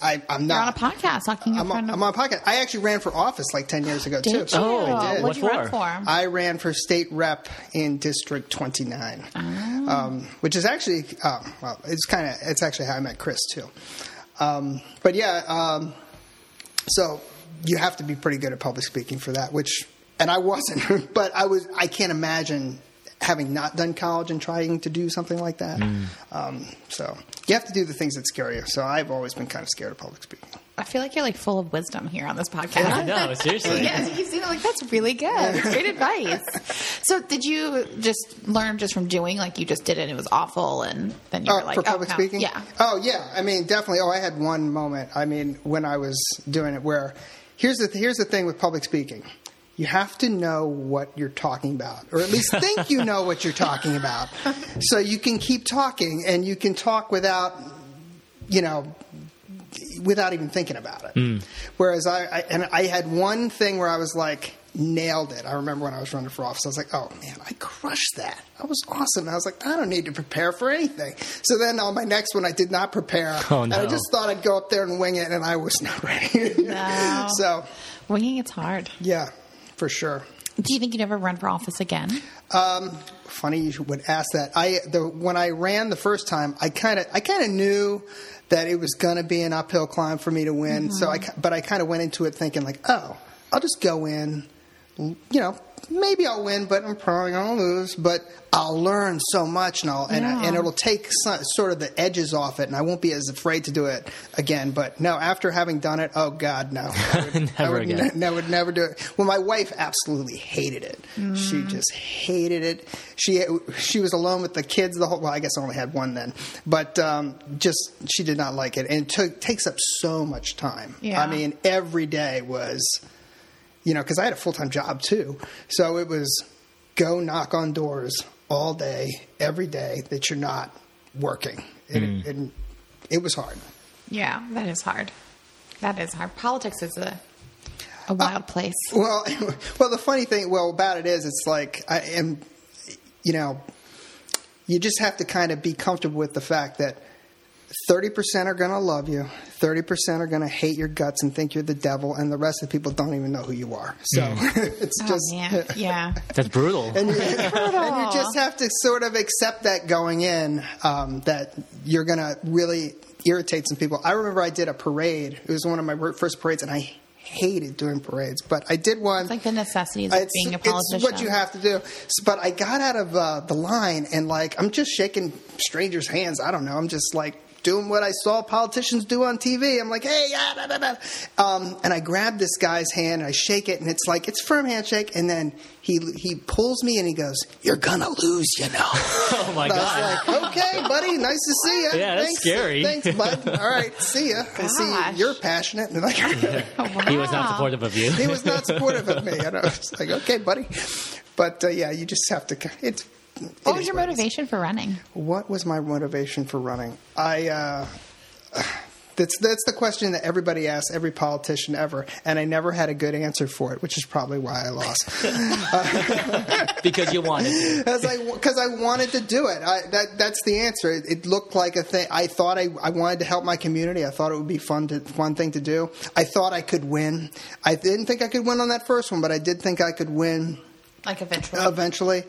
S2: I, I'm
S3: You're on a
S2: not.
S3: podcast talking in
S2: I'm
S3: front
S2: on,
S3: of.
S2: I'm on a podcast. I actually ran for office like ten years ago
S3: Did you?
S2: too.
S1: Oh, I did.
S3: What'd you
S1: What
S3: run
S1: for?
S3: for?
S2: I ran for state rep in District 29,
S3: Ah.
S2: um, which is actually um, well, it's kind of it's actually how I met Chris too. Um, but yeah, um, so you have to be pretty good at public speaking for that, which and I wasn't, but I was. I can't imagine having not done college and trying to do something like that. Um, so you have to do the things that scare you. So I've always been kind of scared of public speaking.
S3: I feel like you're like full of wisdom here on this podcast.
S1: I know, seriously.
S3: Yes, you keep saying that, like that's really good. It's great advice. So, did you just learn just from doing? Like you just did it, and it was awful, and then you
S2: Oh,
S3: were like,
S2: for public
S3: oh, no.
S2: speaking?
S3: Yeah,
S2: Oh, yeah. I mean, definitely. Oh, I had one moment. I mean, when I was doing it, where here's the here's the thing with public speaking. You have to know what you're talking about, or at least think you know what you're talking about, so you can keep talking and you can talk without, you know, without even thinking about it.
S1: Mm.
S2: Whereas I, I and I had one thing where I was like nailed it. I remember when I was running for office, I was like, oh man, I crushed that. That was awesome. And I was like, I don't need to prepare for anything. So then on my next one, I did not prepare,
S1: Oh,
S2: and
S1: no.
S2: I just thought I'd go up there and wing it, and I was not ready.
S3: No.
S2: So
S3: winging it's hard.
S2: yeah, for sure.
S3: Do you think you'd ever run for office again?
S2: Um, funny you would ask that. I the when I ran the first time, I kind of I kind of knew that it was going to be an uphill climb for me to
S1: Mm-hmm.
S2: win. So I ki- but I kind of went into it thinking like, oh, I'll just go in, l- you know, maybe I'll win, but I'm probably gonna lose. But I'll learn so much, and I'll, and, I-
S3: Yeah.
S2: and it'll take some, sort of the edges off it, and I won't be as afraid to do it again. But no, after having done it, oh god, no, I would, I
S1: Never
S2: would
S1: again.
S2: ne- no, would never do it. Well, my wife absolutely hated it. She just hated it. She she was alone with the kids the whole. Well, I guess I only had one then, but um, just she did not like it, and it took, takes up so much time.
S3: Yeah.
S2: I mean, every day was, you know, because I had a full time job too, so it was go knock on doors all day, every day that you're not working. It, it, it was hard.
S3: Yeah, that is hard. That is hard. Politics is a
S2: Uh,
S3: a wild place.
S2: Well, well, the funny thing, well, about it is, it's like I am, you know, you just have to kind of be comfortable with the fact that thirty percent are going to love you, thirty percent are going to hate your guts and think you're the devil, and the rest of the people don't even know who you are. So it's
S3: Oh,
S2: just.
S3: man. Yeah.
S1: That's brutal.
S2: And you, and you just have to sort of accept that going in um, that you're going to really irritate some people. I remember I did a parade. It was one of my wor- first parades, and I hated doing parades, but I did one.
S3: It's like the necessities of being a politician.
S2: It's what you have to do. S- But I got out of uh, the line and like I'm just shaking strangers' hands. I don't know. I'm just like doing what I saw politicians do on TV. I'm like, hey, ah, da, da, da. Um, and I grab this guy's hand and I shake it, and it's like it's firm handshake. And then he he pulls me and he goes, "You're gonna lose, you know."
S1: oh my
S2: And
S1: god.
S2: I was like, okay, buddy, nice to see you.
S1: Yeah, that's
S2: thanks,
S1: scary.
S2: Thanks, bud. All right, see ya. I
S3: Gosh.
S2: see you're passionate. And like,
S3: Oh, wow.
S1: He was not supportive of you.
S2: he was not supportive of me. And I was like, okay, buddy. But uh, yeah, you just have to. It's.
S3: What was your motivation for running?
S2: What was my motivation for running? I. Uh, that's that's the question that everybody asks every politician ever, and I never had a good answer for it, which is probably why I lost. Uh,
S1: because you wanted to.
S2: Because I because I wanted to do it. I, that that's the answer. It, it looked like a thing. I thought I, I wanted to help my community. I thought it would be fun to fun thing to do. I thought I could win. I didn't think I could win on that first one, but I did think I could win.
S3: Like eventually.
S2: eventually.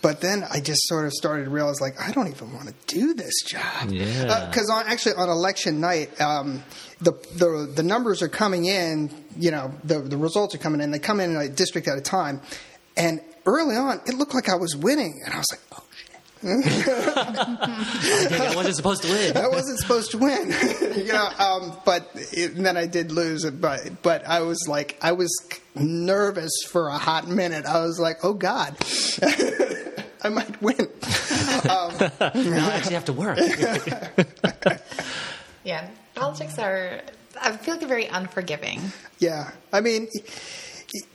S2: But then I just sort of started to realize, like, I don't even want to do this job.
S1: Yeah.
S2: Because on, actually, on election night, um, the, the the numbers are coming in. You know, the the results are coming in. They come in a district at a time. And early on, it looked like I was winning, and I was like, oh shit,
S1: I wasn't supposed to win.
S2: I wasn't supposed to win. you know, um, but it, and then I did lose. But but I was like, I was nervous for a hot minute. I was like, oh god. I might win. Um,
S1: Now I actually have to work.
S3: Yeah. Politics are, I feel like, they're very unforgiving.
S2: Yeah, I mean,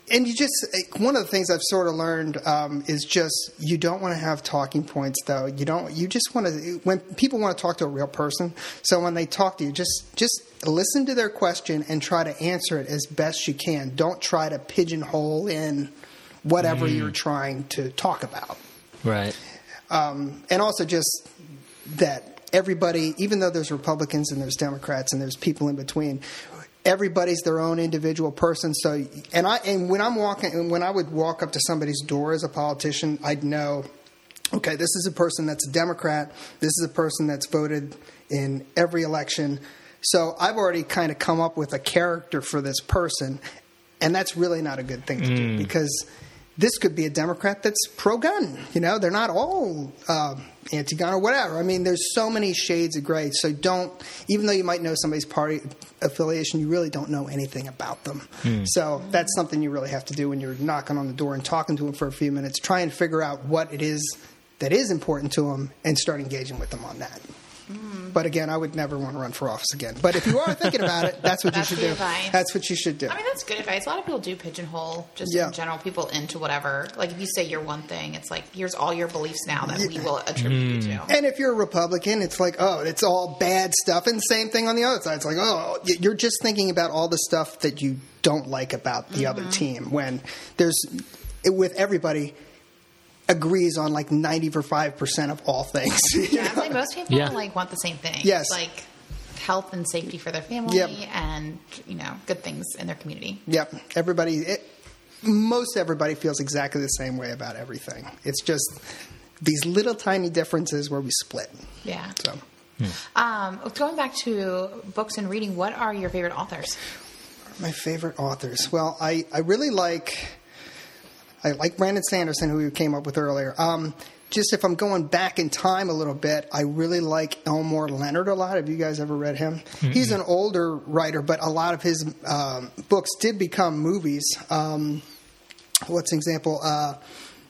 S2: and you just eh, one of the things I've sort of learned um, is just you don't want to have talking points though. You don't. You just want to when people want to talk to a real person. So when they talk to you, just just listen to their question and try to answer it as best you can. Don't try to pigeonhole in whatever you're trying to talk about
S1: Right.
S2: um, and also just that everybody, even though there's Republicans and there's Democrats and there's people in between, everybody's their own individual person. So, and I and when I'm walking, and when I would walk up to somebody's door as a politician, I'd know. Okay, this is a person that's a Democrat. This is a person that's voted in every election. So I've already kind of come up with a character for this person, and that's really not a good thing to do because this could be a Democrat that's pro-gun. You know, they're not all um, anti-gun or whatever. I mean, there's so many shades of gray. So don't, even though you might know somebody's party affiliation, you really don't know anything about them. So that's something you really have to do when you're knocking on the door and talking to them for a few minutes. Try and figure out what it is that is important to them and start engaging with them on that.
S3: Mm.
S2: But again, I would never want to run for office again. But if you are thinking about it, that's what
S3: That's
S2: you should
S3: the
S2: do.
S3: advice.
S2: That's what you should do.
S3: I mean, that's good advice. A lot of people do pigeonhole just
S2: Yeah.
S3: in general people into whatever. Like, if you say you're one thing, it's like, here's all your beliefs now that we will attribute you to.
S2: And if you're a Republican, it's like, oh, it's all bad stuff. And same thing on the other side. It's like, oh, y- you're just thinking about all the stuff that you don't like about the
S3: Mm-hmm.
S2: other team when there's, with everybody, agrees on like 95% of all things. you
S3: Yeah, I
S2: know?
S3: think most people
S1: Yeah.
S3: like want the same thing.
S2: Yes.
S3: like health and safety for their family,
S2: Yep.
S3: and you know, good things in their community.
S2: Yep. Everybody, it, most everybody feels exactly the same way about everything. It's just these little tiny differences where we split.
S3: Yeah.
S2: So.
S3: Um, going back to books and reading, what are your favorite authors?
S2: My favorite authors. Well, I, I really like. I like Brandon Sanderson, who we came up with earlier. Um, just if I'm going back in time a little bit, I really like Elmore Leonard a lot. Have you guys ever read him? He's an older writer, but a lot of his um, books did become movies. Um, what's an example? Uh,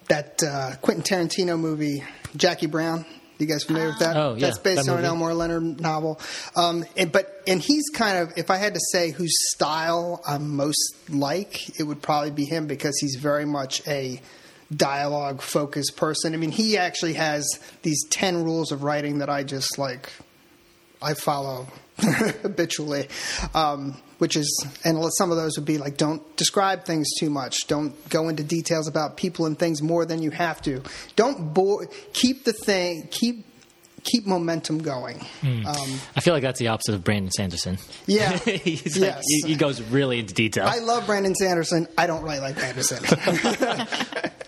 S2: that uh, Quentin Tarantino movie, Jackie Brown. You guys familiar with that?
S1: Oh, yeah,
S2: That's based
S1: that
S2: on an
S1: movie.
S2: Elmore Leonard novel. Um, and, but and he's kind of, if I had to say whose style I'm most like, it would probably be him because he's very much a dialogue focused person. I mean, he actually has these ten rules of writing that I just like. I follow habitually, um, which is, and some of those would be like, don't describe things too much. Don't go into details about people and things more than you have to. Don't bore, keep the thing, keep, keep momentum going.
S1: Hmm.
S2: Um,
S1: I feel like that's the opposite of Brandon Sanderson.
S2: Yeah.
S1: He's like,
S2: Yes.
S1: he, he goes really into detail.
S2: I love Brandon Sanderson. I don't really like Brandon Sanderson.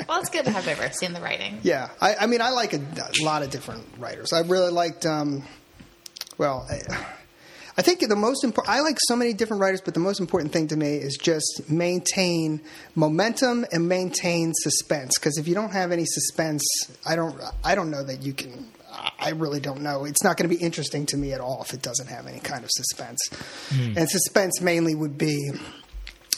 S3: Well, it's good to have diversity in the writing.
S2: yeah. I, I mean, I like a, a lot of different writers. I really liked, um, well, I, I think the most important, I like so many different writers, but the most important thing to me is just maintain momentum and maintain suspense. Because if you don't have any suspense, I don't, I don't know that you can. I- I really don't know. It's not going to be interesting to me at all if it doesn't have any kind of suspense. And suspense mainly would be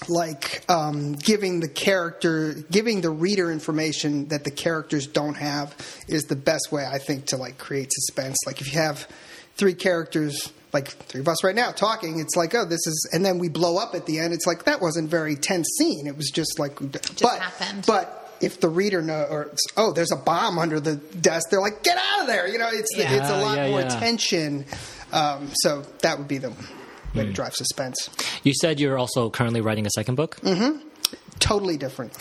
S2: like um, giving the character, giving the reader information that the characters don't have is the best way I think to like create suspense. Like if you have three characters, like three of us right now talking, it's like oh this is, and then we blow up at the end. It's like that wasn't very tense scene. It was just like, but
S3: happened.
S2: but. If the reader know, or it's, oh, there's a bomb under the desk, they're like, "Get out of there!" You know, it's
S3: Yeah.
S2: it's a
S1: Ah,
S2: lot
S1: yeah,
S2: more
S1: yeah.
S2: tension. Um, so that would be the way
S1: Hmm.
S2: to drive suspense.
S1: you said you're also currently writing a second book.
S2: Mm-hmm. totally different,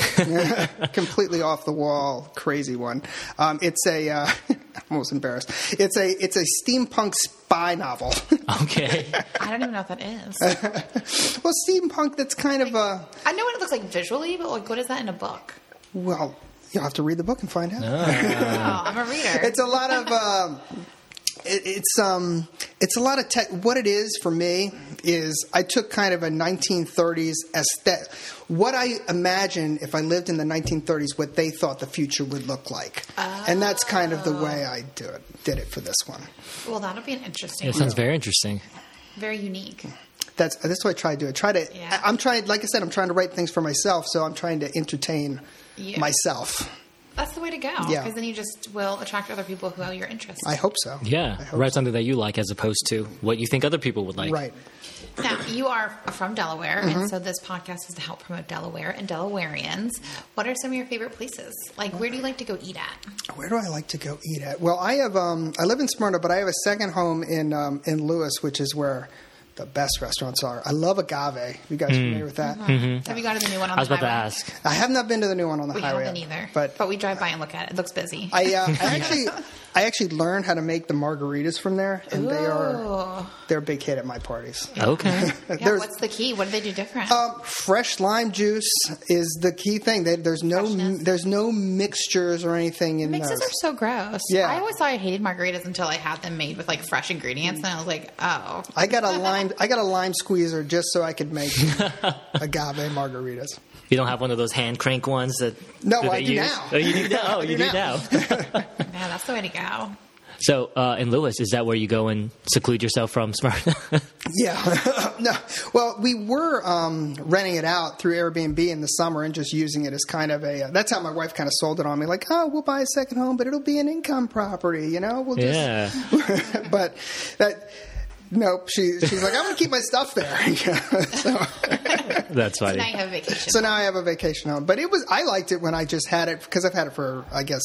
S2: completely off the wall, crazy one. Um, it's a uh, I'm almost embarrassed. It's a it's a steampunk spy novel.
S1: Okay.
S3: I don't even know what that is.
S2: well, steampunk that's kind of a
S3: I know what it looks like visually, but like, what is that in a book?
S2: well, you'll have to read the book and find out.
S3: Oh, I'm a reader.
S2: It's a lot of. Um, it, it's um, it's a lot of tech. What it is for me is I took kind of a 1930s aesthetic. What I imagine if I lived in the 1930s, what they thought the future would look like, and that's kind of the
S3: Oh.
S2: way I do it, did it for this one.
S3: well, that'll be an interesting,
S1: it sounds very interesting.
S3: very unique.
S2: That's that's what I try to do. I try to.
S3: Yeah.
S2: I, am trying, like I said, I'm trying to write things for myself, so I'm trying to entertain
S3: Yeah.
S2: myself.
S3: That's the way to go. Because
S2: Yeah.
S3: then you just will attract other people who are your interest.
S2: I hope so. I
S1: Yeah.
S2: hope
S1: Write something that you like as opposed to what you think other people would like.
S2: Right.
S3: Now, you are from Delaware,
S2: Mm-hmm.
S3: and so this podcast is to help promote Delaware and Delawareans. What are some of your favorite places? Like, where do you like to go eat at?
S2: Where do I like to go eat at? Well, I have um, I live in Smyrna, but I have a second home in um, in Lewis, which is where the best restaurants are. I love Agave. You guys familiar with that?
S3: Uh-huh. Have you gone to the new one on
S1: I was
S3: the
S1: about to
S3: highway?
S1: ask.
S2: I have not been to the new one on the
S3: Mm-hmm. We
S2: highway,
S3: haven't either.
S2: but
S3: we drive by and look at it. It looks busy.
S2: I, uh, I actually I actually learned how to make the margaritas from there, and
S3: Oh,
S2: they are
S3: Ooh.
S2: they're a big hit at my parties. Uh,
S1: Okay.
S3: Yeah,
S2: There's-
S3: what's the key? What do they do different?
S2: Um, fresh lime juice is the key thing. They, there's no
S3: Freshness.
S2: there's no mixtures or anything in
S3: Mixes
S2: those.
S3: are so gross.
S2: Yeah.
S3: I always thought I hated margaritas until I had them made with like fresh ingredients, and I was like, oh.
S2: I got a lime I got a lime squeezer just so I could make agave margaritas.
S1: You don't have one of those hand crank ones that.
S2: No,
S1: that
S2: I
S1: they
S2: do
S1: use?
S2: now.
S1: Oh, you do now. Oh, you
S2: do
S1: do
S2: now.
S1: now.
S3: Yeah, that's the way to go.
S1: so, uh, in Lewis, is that where you go and seclude yourself from Smyrna?
S2: Yeah. no. Well, we were um, renting it out through Airbnb in the summer and just using it as kind of a. Uh, that's how my wife kind of sold it on me. Like, oh, we'll buy a second home, but it'll be an income property. You know, we'll just.
S1: yeah.
S2: but that. Nope. She, she's like, I'm gonna keep my stuff there.
S1: That's funny.
S3: Now you have a vacation.
S2: So now I have a vacation home. But it was I liked it when I just had it because I've had it for I guess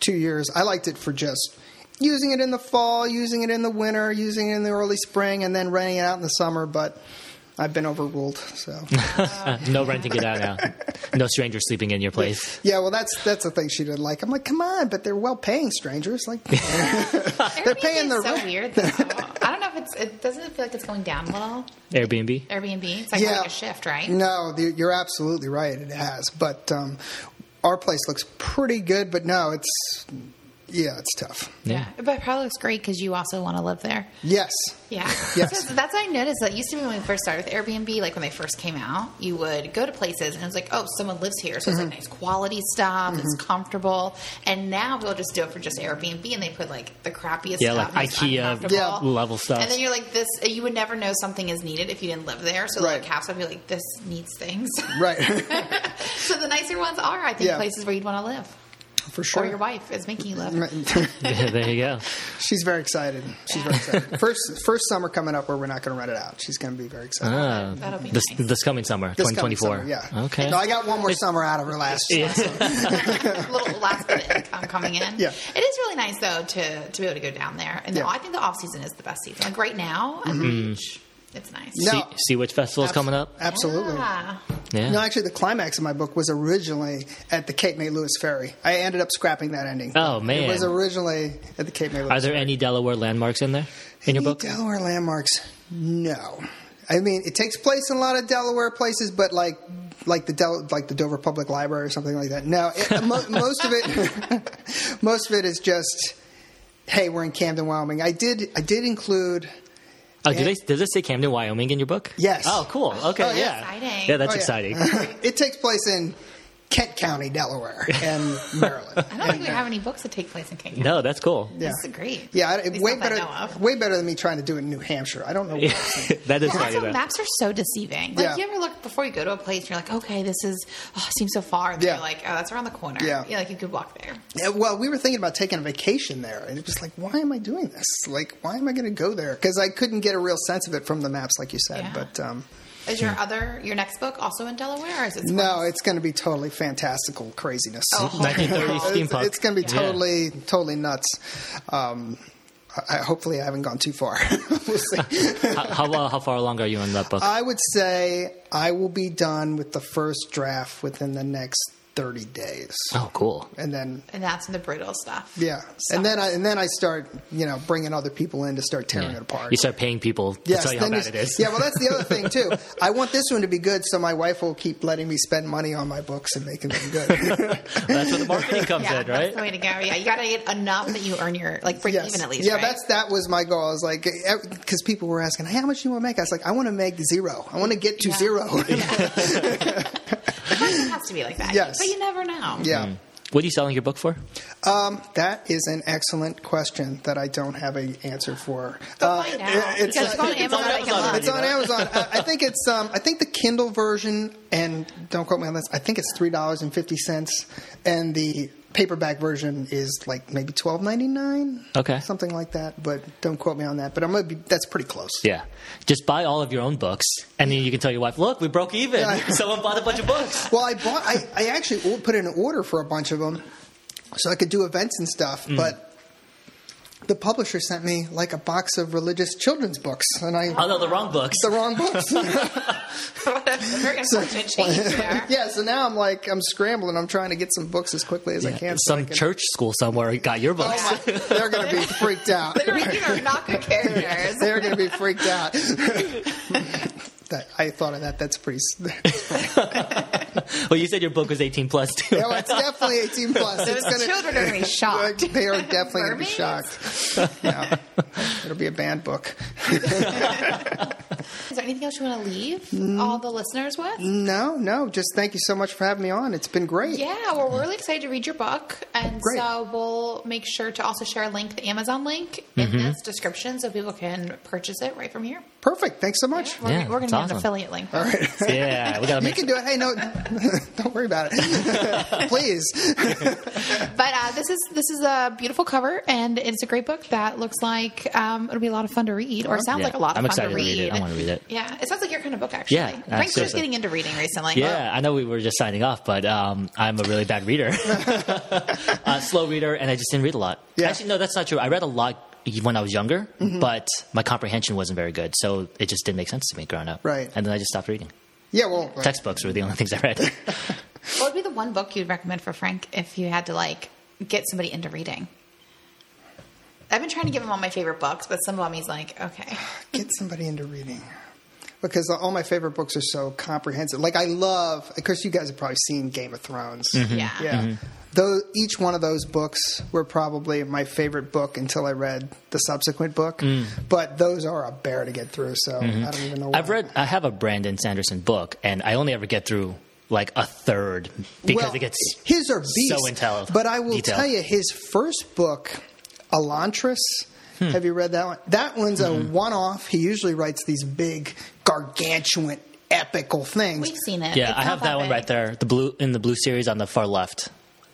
S2: two years. I liked it for just using it in the fall, using it in the winter, using it in the early spring, and then renting it out in the summer. But I've been overruled. So
S1: Uh, no renting it out now. No strangers sleeping in your place.
S2: yeah, well that's that's the thing she didn't like. I'm like, come on, but they're well paying strangers. Like
S3: they're
S2: paying their
S3: so
S2: rent.
S3: weird. Though. I don't know if it's. It doesn't it feel like it's going down a little.
S1: Airbnb.
S3: Airbnb. It's like,
S2: Yeah.
S3: like a shift, right?
S2: No, the- you're absolutely right. It has, but um, our place looks pretty good. But no, it's yeah, it's tough.
S3: Yeah. But it probably looks great because you also want to live there.
S2: Yes.
S3: Yeah.
S2: Yes.
S3: So that's what I noticed. That used to be when we first started with Airbnb, like when they first came out, you would go to places and it's like, oh, someone lives here. So it's
S1: Mm-hmm.
S3: like nice quality stuff. It's comfortable. And now people just do it for just Airbnb and they put like the crappiest
S1: Yeah, like
S3: stuff. and it's
S1: IKEA
S3: uncomfortable.
S2: Yeah.
S1: level stuff.
S3: And then you're like, this, you would never know something is needed if you didn't live there. So
S2: Right.
S3: the cast would be like, this needs things.
S2: Right.
S3: so the nicer ones are, I think,
S2: Yeah.
S3: places where you'd want to live.
S2: For sure.
S3: Or your wife is making you live.
S1: there you go.
S2: She's very excited. She's very excited. First, first summer coming up where we're not going to rent it out. She's going to be very excited.
S1: Ah,
S3: That'll be
S1: this,
S3: nice.
S1: this coming summer,
S2: This coming
S1: 2024.
S2: summer, yeah.
S1: Okay.
S2: No, I got one more summer out of her last.
S1: Yeah.
S3: little last bit of income coming in.
S2: Yeah.
S3: It is really nice though to to be able to go down there. And the-
S2: Yeah. Mm-hmm.
S3: I think the off season is the best season. Like right now at the beach, it's nice.
S2: No.
S1: See, see which festival is coming up?
S2: Absolutely.
S3: Yeah.
S1: Yeah.
S2: No, actually, the climax of my book was originally at the Cape May Lewis Ferry. I ended up scrapping that ending.
S1: Oh, man.
S2: It was originally at the Cape May Lewis.
S1: Are there any Delaware landmarks in there in your
S2: Any
S1: book?
S2: Delaware landmarks? No. I mean, it takes place in a lot of Delaware places, but like like the Del- like the Dover Public Library or something like that. No, it, mo- most of it most of it is just hey, we're in Camden, Wyoming. I did I did include
S1: Oh, do they, does it say Camden, Wyoming in your book?
S2: Yes.
S1: Oh, cool. Okay,
S2: Oh,
S1: yeah.
S2: yeah.
S3: Exciting.
S1: Yeah, that's
S2: Oh, yeah.
S1: exciting.
S2: it takes place in Kent County, Delaware, and Maryland.
S3: I don't think we have any books that take place in King County.
S1: no, that's cool.
S2: Yeah.
S3: This is great.
S2: Yeah,
S3: At
S2: I,
S3: least
S2: way
S3: not that I know
S2: better,
S3: of.
S2: way better than me trying to do it in New Hampshire. I don't know. why.
S1: that is
S3: Well,
S1: funny.
S3: also,
S1: though.
S3: maps are so deceiving. Like,
S2: Yeah.
S3: you ever look before you go to a place, and you're like, okay, this is oh, it seems so far, and then
S2: Yeah.
S3: you're like, oh, that's around the corner.
S2: Yeah.
S3: you know, like you could walk there.
S2: Yeah, well, we were thinking about taking a vacation there, and it was like, why am I doing this? Like, why am I going to go there? Because I couldn't get a real sense of it from the maps, like you said.
S3: Yeah.
S2: But um,
S3: Is your other your next book also in Delaware, or is it? somewhere
S2: no,
S3: else?
S2: it's going to be totally fantastical craziness.
S3: Oh.
S1: 1930s
S3: It's-
S1: steampunk.
S2: It's, going to be
S1: Yeah.
S2: totally, totally nuts. Um, I, I- hopefully, I haven't gone too far. we'll see.
S1: How, how, uh, how far along are you in that book?
S2: I would say I will be done with the first draft within the next thirty days,
S1: oh, cool.
S2: and then
S3: and that's in the brutal stuff.
S2: Yeah, and then I and then I start you know bringing other people in to start tearing
S1: Yeah.
S2: it apart.
S1: You start paying people to
S2: Yes,
S1: tell you how
S2: then
S1: bad
S2: you-
S1: it is.
S2: Yeah, well, that's the other thing too. I want this one to be good, so my wife will keep letting me spend money on my books and making them good.
S1: that's where the marketing comes
S3: Yeah,
S1: in,
S3: that's
S1: right?
S3: the way to go. Yeah, you got to get enough that you earn your like break
S2: yes,
S3: even at least.
S2: yeah,
S3: right?
S2: that's that was my goal. I was like, because people were asking, "Hey, how much do you want to make?" I was like, "I want to make zero. I want to get to
S3: Yeah.
S2: zero.
S3: it has to be like that.
S2: Yes.
S3: but you never know.
S2: yeah.
S1: What are you selling your book for?
S2: Um, that is an excellent question that I don't have an answer for. Uh,
S3: find out. Because it's on Amazon,
S1: I can look.
S2: It's on Amazon. I, I think it's. Um, I think the Kindle version, and don't quote me on this. I think it's three dollars and fifty cents, and the paperback version is like maybe twelve ninety nine.
S1: Okay.
S2: something like that. But don't quote me on that. But I'm gonna be. That's pretty close.
S1: Yeah. Just buy all of your own books, and then you can tell your wife, look, we broke even.
S2: Yeah.
S1: Someone bought a bunch of books.
S2: Well, I bought. I, I actually o- put in an order for a bunch of them, so I could do events and stuff. But the publisher sent me like a box of religious children's books, and I
S1: Oh, no, the wrong books.
S2: the wrong books.
S3: Very unfortunate change there.
S2: yeah, so now I'm like I'm scrambling. I'm trying to get some books as quickly as I can. so I
S1: Some
S2: can-
S1: church school somewhere got your books.
S2: Oh my- they're going to be freaked out.
S3: They're These are not good characters.
S2: They're going to be freaked out. That- I thought of that. That's pretty. s- No,
S1: Well, you said your book was 18 plus, too.
S2: it's definitely 18 plus.
S3: Those
S2: It's gonna-
S3: children are going to be shocked.
S2: They are definitely going to be
S3: Mermaids?
S2: shocked. Yeah. It'll be a banned book.
S3: Is there anything else you want to leave
S2: Mm.
S3: all the listeners with?
S2: No, no. Just thank you so much for having me on. It's been great.
S3: Yeah, well, we're really excited to read your book, and
S2: Great.
S3: so we'll make sure to also share a link, the Amazon link,
S1: Mm-hmm.
S3: in this description, so people can purchase it right from here.
S2: Perfect. Thanks so much.
S3: We're,
S1: Yeah,
S3: we're
S1: that's
S3: going to have
S1: awesome.
S3: an affiliate link.
S2: All right.
S1: Yeah, we gotta
S2: You
S1: make
S2: can do it. Hey, no, don't worry about it. Please.
S3: But uh, this is this is a beautiful cover, and it's a great book that looks like um, it'll be a lot of fun to read, or sounds
S1: Yeah,
S3: like a lot of
S1: I'm
S3: fun
S1: excited
S3: to
S1: to
S3: read.
S1: read it. I wanna read it.
S3: Yeah, it sounds like your kind of book actually.
S1: Yeah,
S3: Frank's just
S1: absolutely.
S3: getting into reading recently.
S1: Yeah, I know we were just signing off, but um, I'm a really bad reader, uh, slow reader, and I just didn't read a lot.
S2: Yeah.
S1: Actually, no, that's not true. I read a lot when I was younger, but my comprehension wasn't very good, so it just didn't make sense to me growing up.
S2: Right.
S1: and then I just stopped reading.
S2: Yeah, well,
S1: Textbooks were the only things I read.
S3: What would be the one book you'd recommend for Frank if you had to like get somebody into reading? I've been trying to give him all my favorite books, but some of them he's like, okay,
S2: get somebody into reading. because all my favorite books are so comprehensive. Like I love, of course, you guys have probably seen Game of Thrones.
S1: Mm-hmm.
S3: Yeah.
S2: Yeah. Though each one of those books were probably my favorite book until I read the subsequent book, but those are a bear to get through. So I don't even know.
S1: Mm. Mm-hmm. I've read. I have a Brandon Sanderson book, and I only ever get through like a third because
S2: well,
S1: it gets
S2: his are beast,
S1: so intel-
S2: But I will
S1: detailed.
S2: tell you, his first book, Elantris.
S1: Hmm.
S2: Have you read that one? That one's a one-off. He usually writes these big, gargantuan, epical things.
S3: We've seen it.
S1: Yeah,
S3: It's
S1: I
S3: not
S1: have that one
S3: big.
S1: right there. The blue in the blue series on the far left.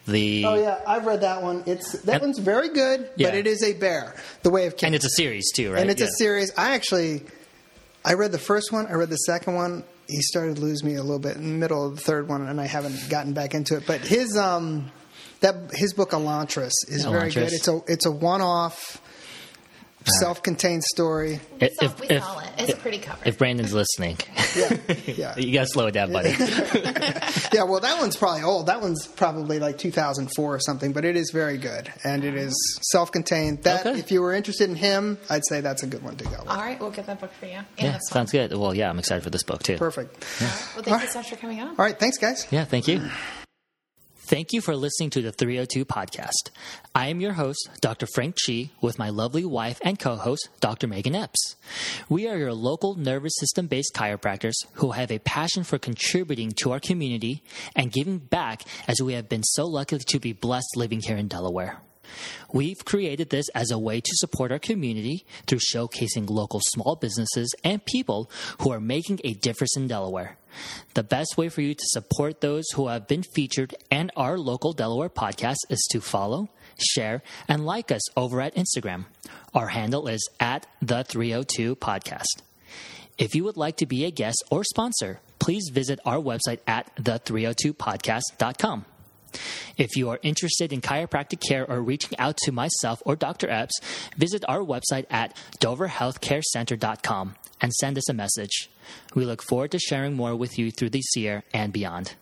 S1: The
S2: Oh yeah, I've read that one. It's that
S1: And-
S2: one's very good,
S1: Yeah.
S2: but it is a bear. The Way of Kings,
S1: and it's a series too, right?
S2: and it's
S1: Yeah.
S2: a series. I actually, I read the first one. I read the second one. He started to lose me a little bit in the middle of the third one, and I haven't gotten back into it. But his um, that his book Elantris is very
S1: Elantris.
S2: good. It's a it's a one off, self contained story.
S3: We
S1: If-
S3: saw,
S1: if-
S3: we
S1: if-
S3: saw it. It's a pretty cover.
S1: If Brandon's listening,
S2: Yeah, yeah,
S1: you gotta slow it down, buddy.
S2: yeah. Well, that one's probably old. That one's probably like 2004 or something. But it is very good, and it is self contained. That
S1: Okay.
S2: if you were interested in him, I'd say that's a good one to go. with.
S3: All right, we'll get that book for you. And
S1: yeah,
S3: this one.
S1: sounds good. Well, yeah, I'm excited for this book too.
S2: Perfect.
S3: Well, thank you so much for coming on.
S2: All right, thanks, guys.
S1: Yeah, thank you. Thank you for listening to the 302 podcast. I am your host, Dr. Frank Chi, with my lovely wife and co host, Dr. Megan Epps. We are your local nervous system based chiropractors who have a passion for contributing to our community and giving back as we have been so lucky to be blessed living here in Delaware. We've created this as a way to support our community through showcasing local small businesses and people who are making a difference in Delaware. The best way for you to support those who have been featured and our local Delaware podcast is to follow, share, and like us over at Instagram. Our handle is at the 302 podcast. If you would like to be a guest or sponsor, please visit our website at the302podcast.com. If you are interested in chiropractic care or reaching out to myself or Dr. Epps, visit our website at doverhealthcarecenter.com and send us a message. We look forward to sharing more with you through this year and beyond.